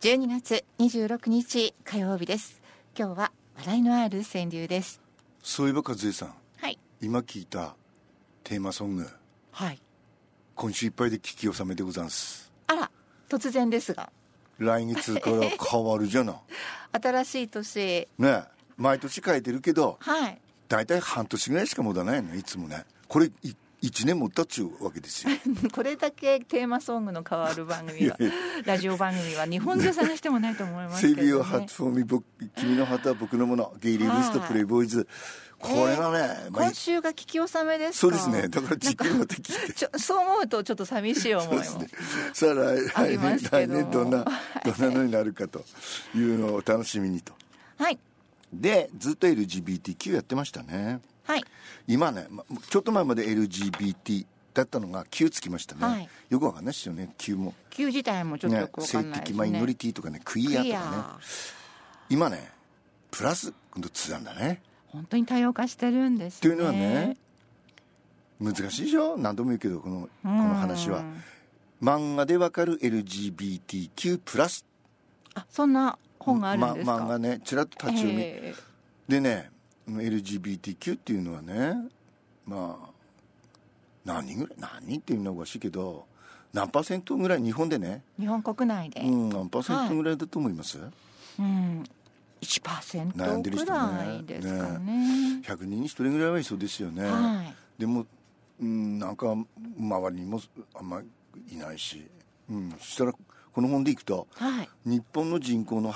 12月26日火曜日です今日は笑いのある川柳ですそういえば和江さんはい今聞いたテーマソングはい今週いっぱいで聞き納めでござんすあら突然ですが来月から変わるじ ゃな新しい年ねえ毎年変えてるけどはい 大体半年ぐらいしか持たないのいつもねこれい1年持ったっちゅうわけですよ これだけテーマソングの変わる番組はいやいやラジオ番組は日本中探してもないと思いますセけれビオど、ハッねツ、フォーミ僕君の旗は僕のものゲイリー・ウィストはいプレイボーイズこれがね、まあい今週が聞き納めですかそうですねだから実験はできてちょそう思うとちょっと寂しい思いも、 そうですねさあ来あり来ま年すけ来ど年ど んなどんなのになるかというのをお楽しみにとはいでずっと LGBTQ やってましたねはい今ねまちょっと前まで LGBT だったのが Q つきましたね、はいよくわかんないですよね Q も、旧自体もちょっとよね、くわか性んないで的すマねイノリティとかねクイアといかやね今ねプラスのつなんだね本当に多様化してるんですねというのはね難しいでしょ何度も言うけどこのこの話はうん漫画でわかる LGBTQ+ プラスあそんな本があるんですか、ま漫画ねちらっと立ち読み、ええでね LGBTQ っていうのはねまあ何人ぐらい何人っていうのはおかしいけど何パーセントぐらい日本でね、日本国内で、うん、何パーセントぐらいだと思います、うん、1%悩んでるぐ人ねらいですかね100人に1人ぐらいはいそうですよね、はいでも、うん、なんか周りにもあんまりいないし、うん、そしたらこの本でいくとはい日本の人口の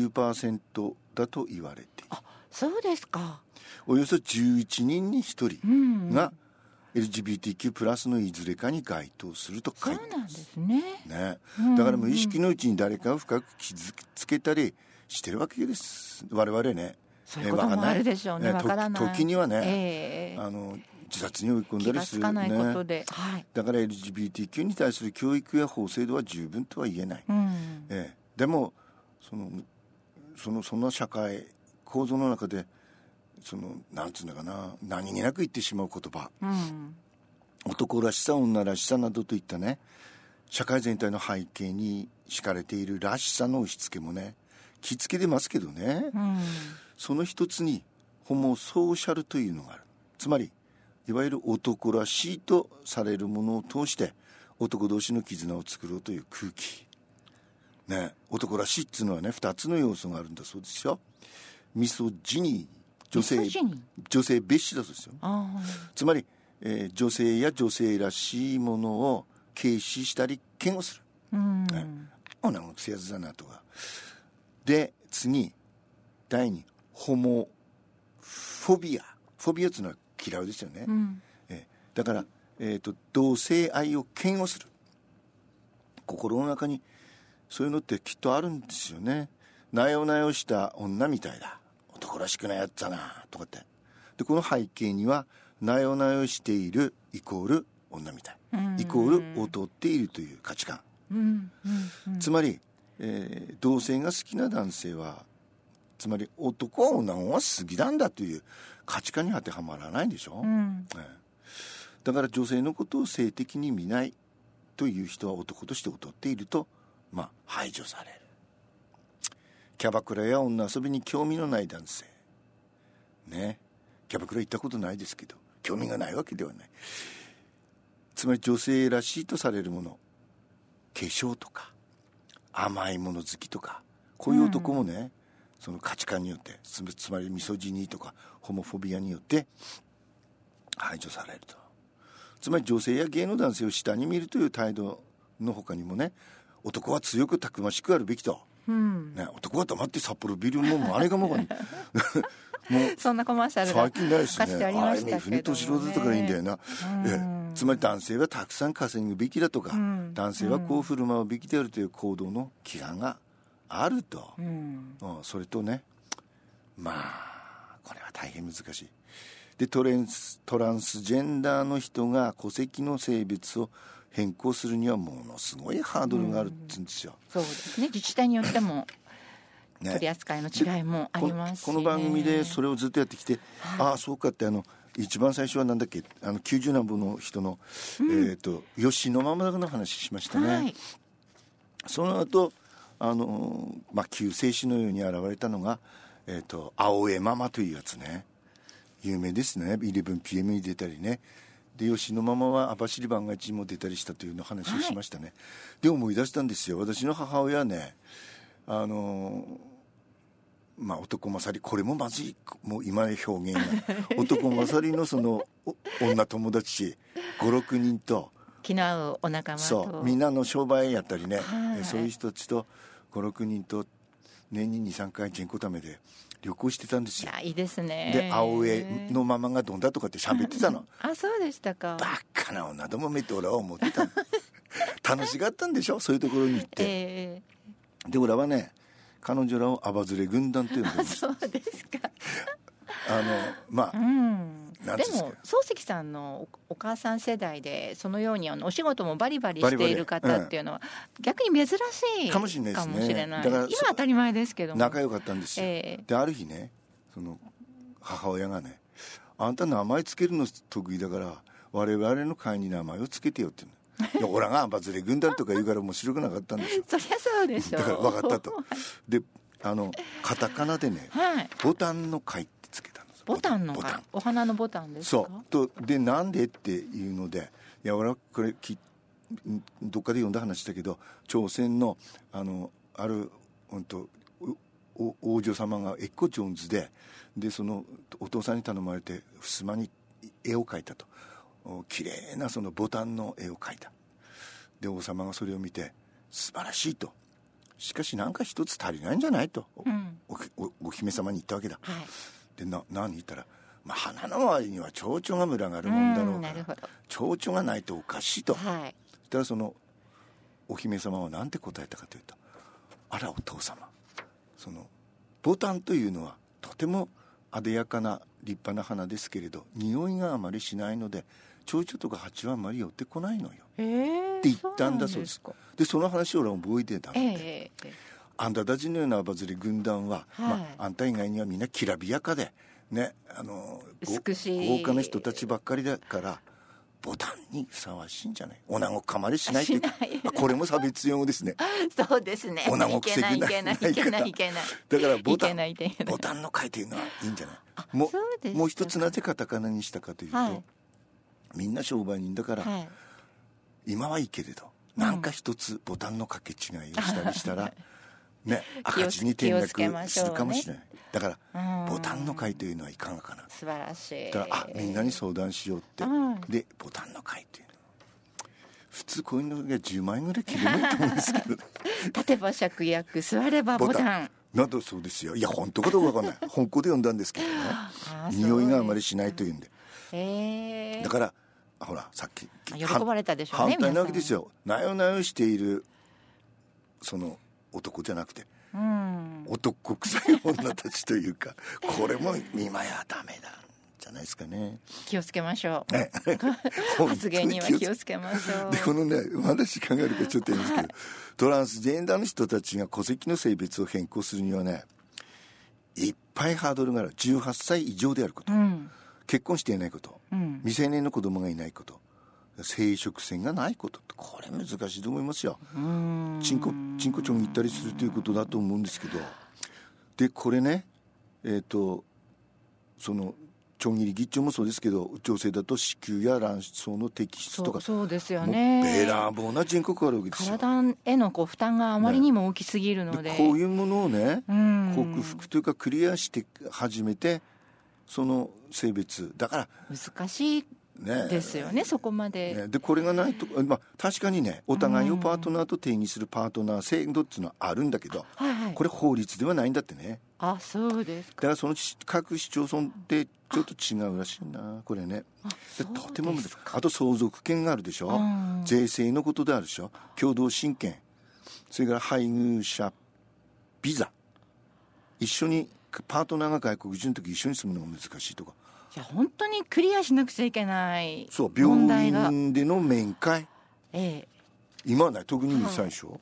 8.9%だと言われているあそうですかおよそ11人に1人、うんが LGBTQ+ プラスのいずれかに該当すると書そいうてなんま、ですすねねんだから無意識のうちに誰かを深く傷つけたりしてるわけです我々ねそういうこともあるでしょうねわわからないと時にはね、ええあの自殺に追い込んだ気りがすつるかないことねで、はい、だから LGBTQ に対する教育や法制度は十分とは言えない、うん、ええ、でもそのそのそんな社会構造の中でそのなんつうのかな何気なく言ってしまう言葉うん、男らしさ女らしさなどといったね社会全体の背景に敷かれているらしさの押し付けもね気付けてますけどね、うん、その一つにホモソーシャルというのがあるつまりいわゆる男らしいとされるものを通して男同士の絆を作ろうという空気ね男らしいっつうのはね2つの要素があるんだそうですよミソジニー女性ミソジニー女性蔑視だそうですよあつまり、えー女性や女性らしいものを軽視したり嫌悪するあ、うん、女の癖やつだなとかで次第にホモフォビアフォビアっていうのは嫌いですよね、うん、えーだから、えー、と同性愛を嫌悪する心の中にそういうのってきっとあるんですよねなよなよした女みたいだ男らしくないやつだなとかってでこの背景にはなよなよしているイコール女みたいうんイコール劣っているという価値観うん、うん、つまり、えー同性が好きな男性はつまり男は女は好きなんだという価値観に当てはまらないでしょ、うん、ええだから女性のことを性的に見ないという人は男として劣っていると、まあ、排除されるキャバクラや女遊びに興味のない男性ねキャバクラ行ったことないですけど興味がないわけではないつまり女性らしいとされるもの化粧とか甘いもの好きとかこういう男もね、その価値観によってつつまりミソジニーとかホモフォビアによって排除されるとつまり女性や芸の男性を下に見るという態度の他にもね男は強くたくましくあるべきと、うん、ね、男は黙って札幌ビールもあれがもう そんなコマーシャルが最近ないですかしねてありましたけどもねれ船敏郎だったからいいんだよな、うんええつまり男性はたくさん稼ぐべきだとか、うん男性はこう振る舞うべきであるという行動の規範があると、うん、うん、それとねまあこれは大変難しいでトレンストランスジェンダーの人が戸籍の性別を変更するにはものすごいハードルがあるって言うんですよ、そうですね自治体によっても ね取り扱いの違いもありますし、こね、の番組でそれをずっとやってきて、ああそうかってあの一番最初はなんだっけあの90何本の人の、えっ、と吉野真村の話しましたね、はい、その後あのまあ救世主のように現れたのが、えー、と青江ママというやつね有名ですね 11PM に出たりねで吉野ママは網走番外地にも出たりしたというの話をしましたね、で思い出したんですよ私の母親はねあのまあ、男勝りこれもまずいもう今の表現が男勝りのそのお女友達56人と気の合うお仲間とそうみんなの商売やったりね、はいえそういう人たちと56人と年に23回健康ためで旅行してたんですいよやいいですねで青江のママがどんだとかって喋ってたのあ そうでしたかバカな女どもめって俺は思ってたの楽しかったんでしょそういうところに行って、えで俺はね彼女らをアバズレ軍団と呼んでえま すそうですかあのまうあんでなんつうんですかも漱石さんのおお母さん世代でそのようにあのお仕事もバリバリバリしバリている方っていうのは逆に珍しいかもしれないですかねもしれないだから今当たり前ですけども仲良かったんですよ、ええである日ねその母親がね「あんた名前つけるの得意だから我々の会に名前をつけてよ」って言うの「いや俺がアンバズレ軍団」とか言うから面白くなかったんですよそりゃそうでしょだうから分かったとであのカタカナでねはい「ボタンの会」ってつけたんですボタンのボタンお花のボタンですかそうとでなんでっていうのでいや俺はこれきんどっかで読んだ話だけど朝鮮のあのある本当おお王女様がエッコ・ジョーンズででそのお父さんに頼まれて襖に絵を描いたとお綺麗なそのボタンの絵を描いたで王様がそれを見て素晴らしいとしかしなんか一つ足りないんじゃないと、うんおおお姫様に言ったわけだはいでな何言ったら、まあ、花の周りには蝶々が群がるもんだろううんかなるほらど蝶々がないとおかしいと、そはいしたらそのお姫様は何て答えたかというと「あらお父様そのボタンというのはとてもあでやかな立派な花ですけれど匂いがあまりしないので蝶々とか蜂はあまり寄ってこないのよ」ええって言ったんだそうですかでその話を俺は覚えてたのえで、えええあんたたちのようなバズり軍団は、はいまあ、あんた以外にはみんなきらびやかで、ね、あのご美しい豪華な人たちばっかりだからボタンにふさわしいんじゃないおなごかまりしないというしない あこれも差別用語ですねそうですね。おなごくせいけないいけないいけない。だからボタいけないンいけないボタンの回というのはいいんじゃないもそうですかもう一つなぜカタカナにしたかというと、はいみんな商売人だから、はい。今はいいけれどなんか一つボタンのかけ違いをしたりしたら、 ね、気を赤字に転落気をつけましすょうねるかもしれない、だかうらんボタンの会というのはいかがかな素晴らしい。だからあみんなに相談しようって、うんでボタンの会というの普通こういうのが10万円ぐらい切れないと思うんですけど 立てば芍薬、座ればボタン。などそうですよいや本当かどうかわかんない本校で読んだんですけどね あー匂いがあまり。しないというんでそうええだ。からほらさっき喜ばれたでしょうね反対なわけですよ。よなよなよしているその男じゃなくてうん。男臭い女たちというかこれも今やダメなんじゃないですかね気をつけましょう。本当発言には気気ををつつけましょうで。このね話考えるかちょっといいんですけどトランスジェンダーの人たちが戸籍の性別を変更するにはねいっぱいハードルがある18歳以上であることうん。結婚していないことうん。未成年の子供がいないこと生殖腺がないことってこれ難しいと思いますようん。チンコチンコチョン行ったりするということだと思うんですけどでこれねえっ、とそのチョン切り議長もそうですけど女性だと子宮や卵巣の摘出とそかうそうですよもうね。べらぼうな人口があるわけですよ体へのこう負担があまりにも大きすぎるのでで。こういうものをねうん。克服というかクリアして初めてその性別だか難しいらねですよね。そこまで。ねでこれがないと、まあ、確かにねお互いをパートナーと定義するパートナー制度っていうのはあるんだけどはいはい。これ法律ではないんだってねあ、そうですだからその市各市町村でちょっと違うらしいなこれねあでそうとても難しでいすあと相続権があるでしょ、うん税制のことであるでしょ共同親権それから配偶者ビザ一緒にパートナーが外国人の時一緒に住むのが難しいとかじゃあ本当にクリアしなくちゃいけないそう病問題が、院での面会ええ今はない特に2歳でしょ、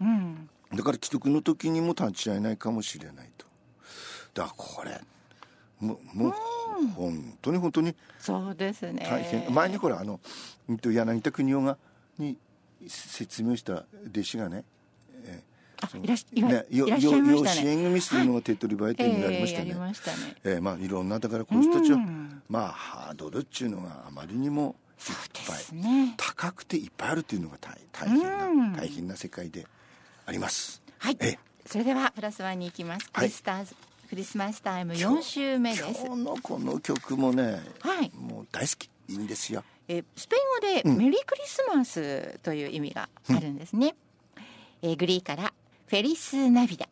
うん、だから既得の時にも立ち会えないかもしれないとだからこれもうもう本当に本当にそうですね大変、前にほらあのうんと柳田国男がに説明した弟子がね、えーあいらっしいわねいよらっしゃよいま養した子ね。縁組するのが手っ取り早いというのがありましたええよやりね。ましたね。ええまあいろんなだからこの人たちはうんまあハードルっちゅうのがあまりにもいそうでっぱいすね。高くていっぱいあるっていうのが大大変うんな大変な世界であります。はいええ。それではプラスワンに行きます。クはいリスターズクリスマスタイム今日四週目です。今日のこの曲もね、はいもう大好きいいんですよ。えースペイン語でメリークリスマスという意味があるんですね、えーグリーからフェリスナビダ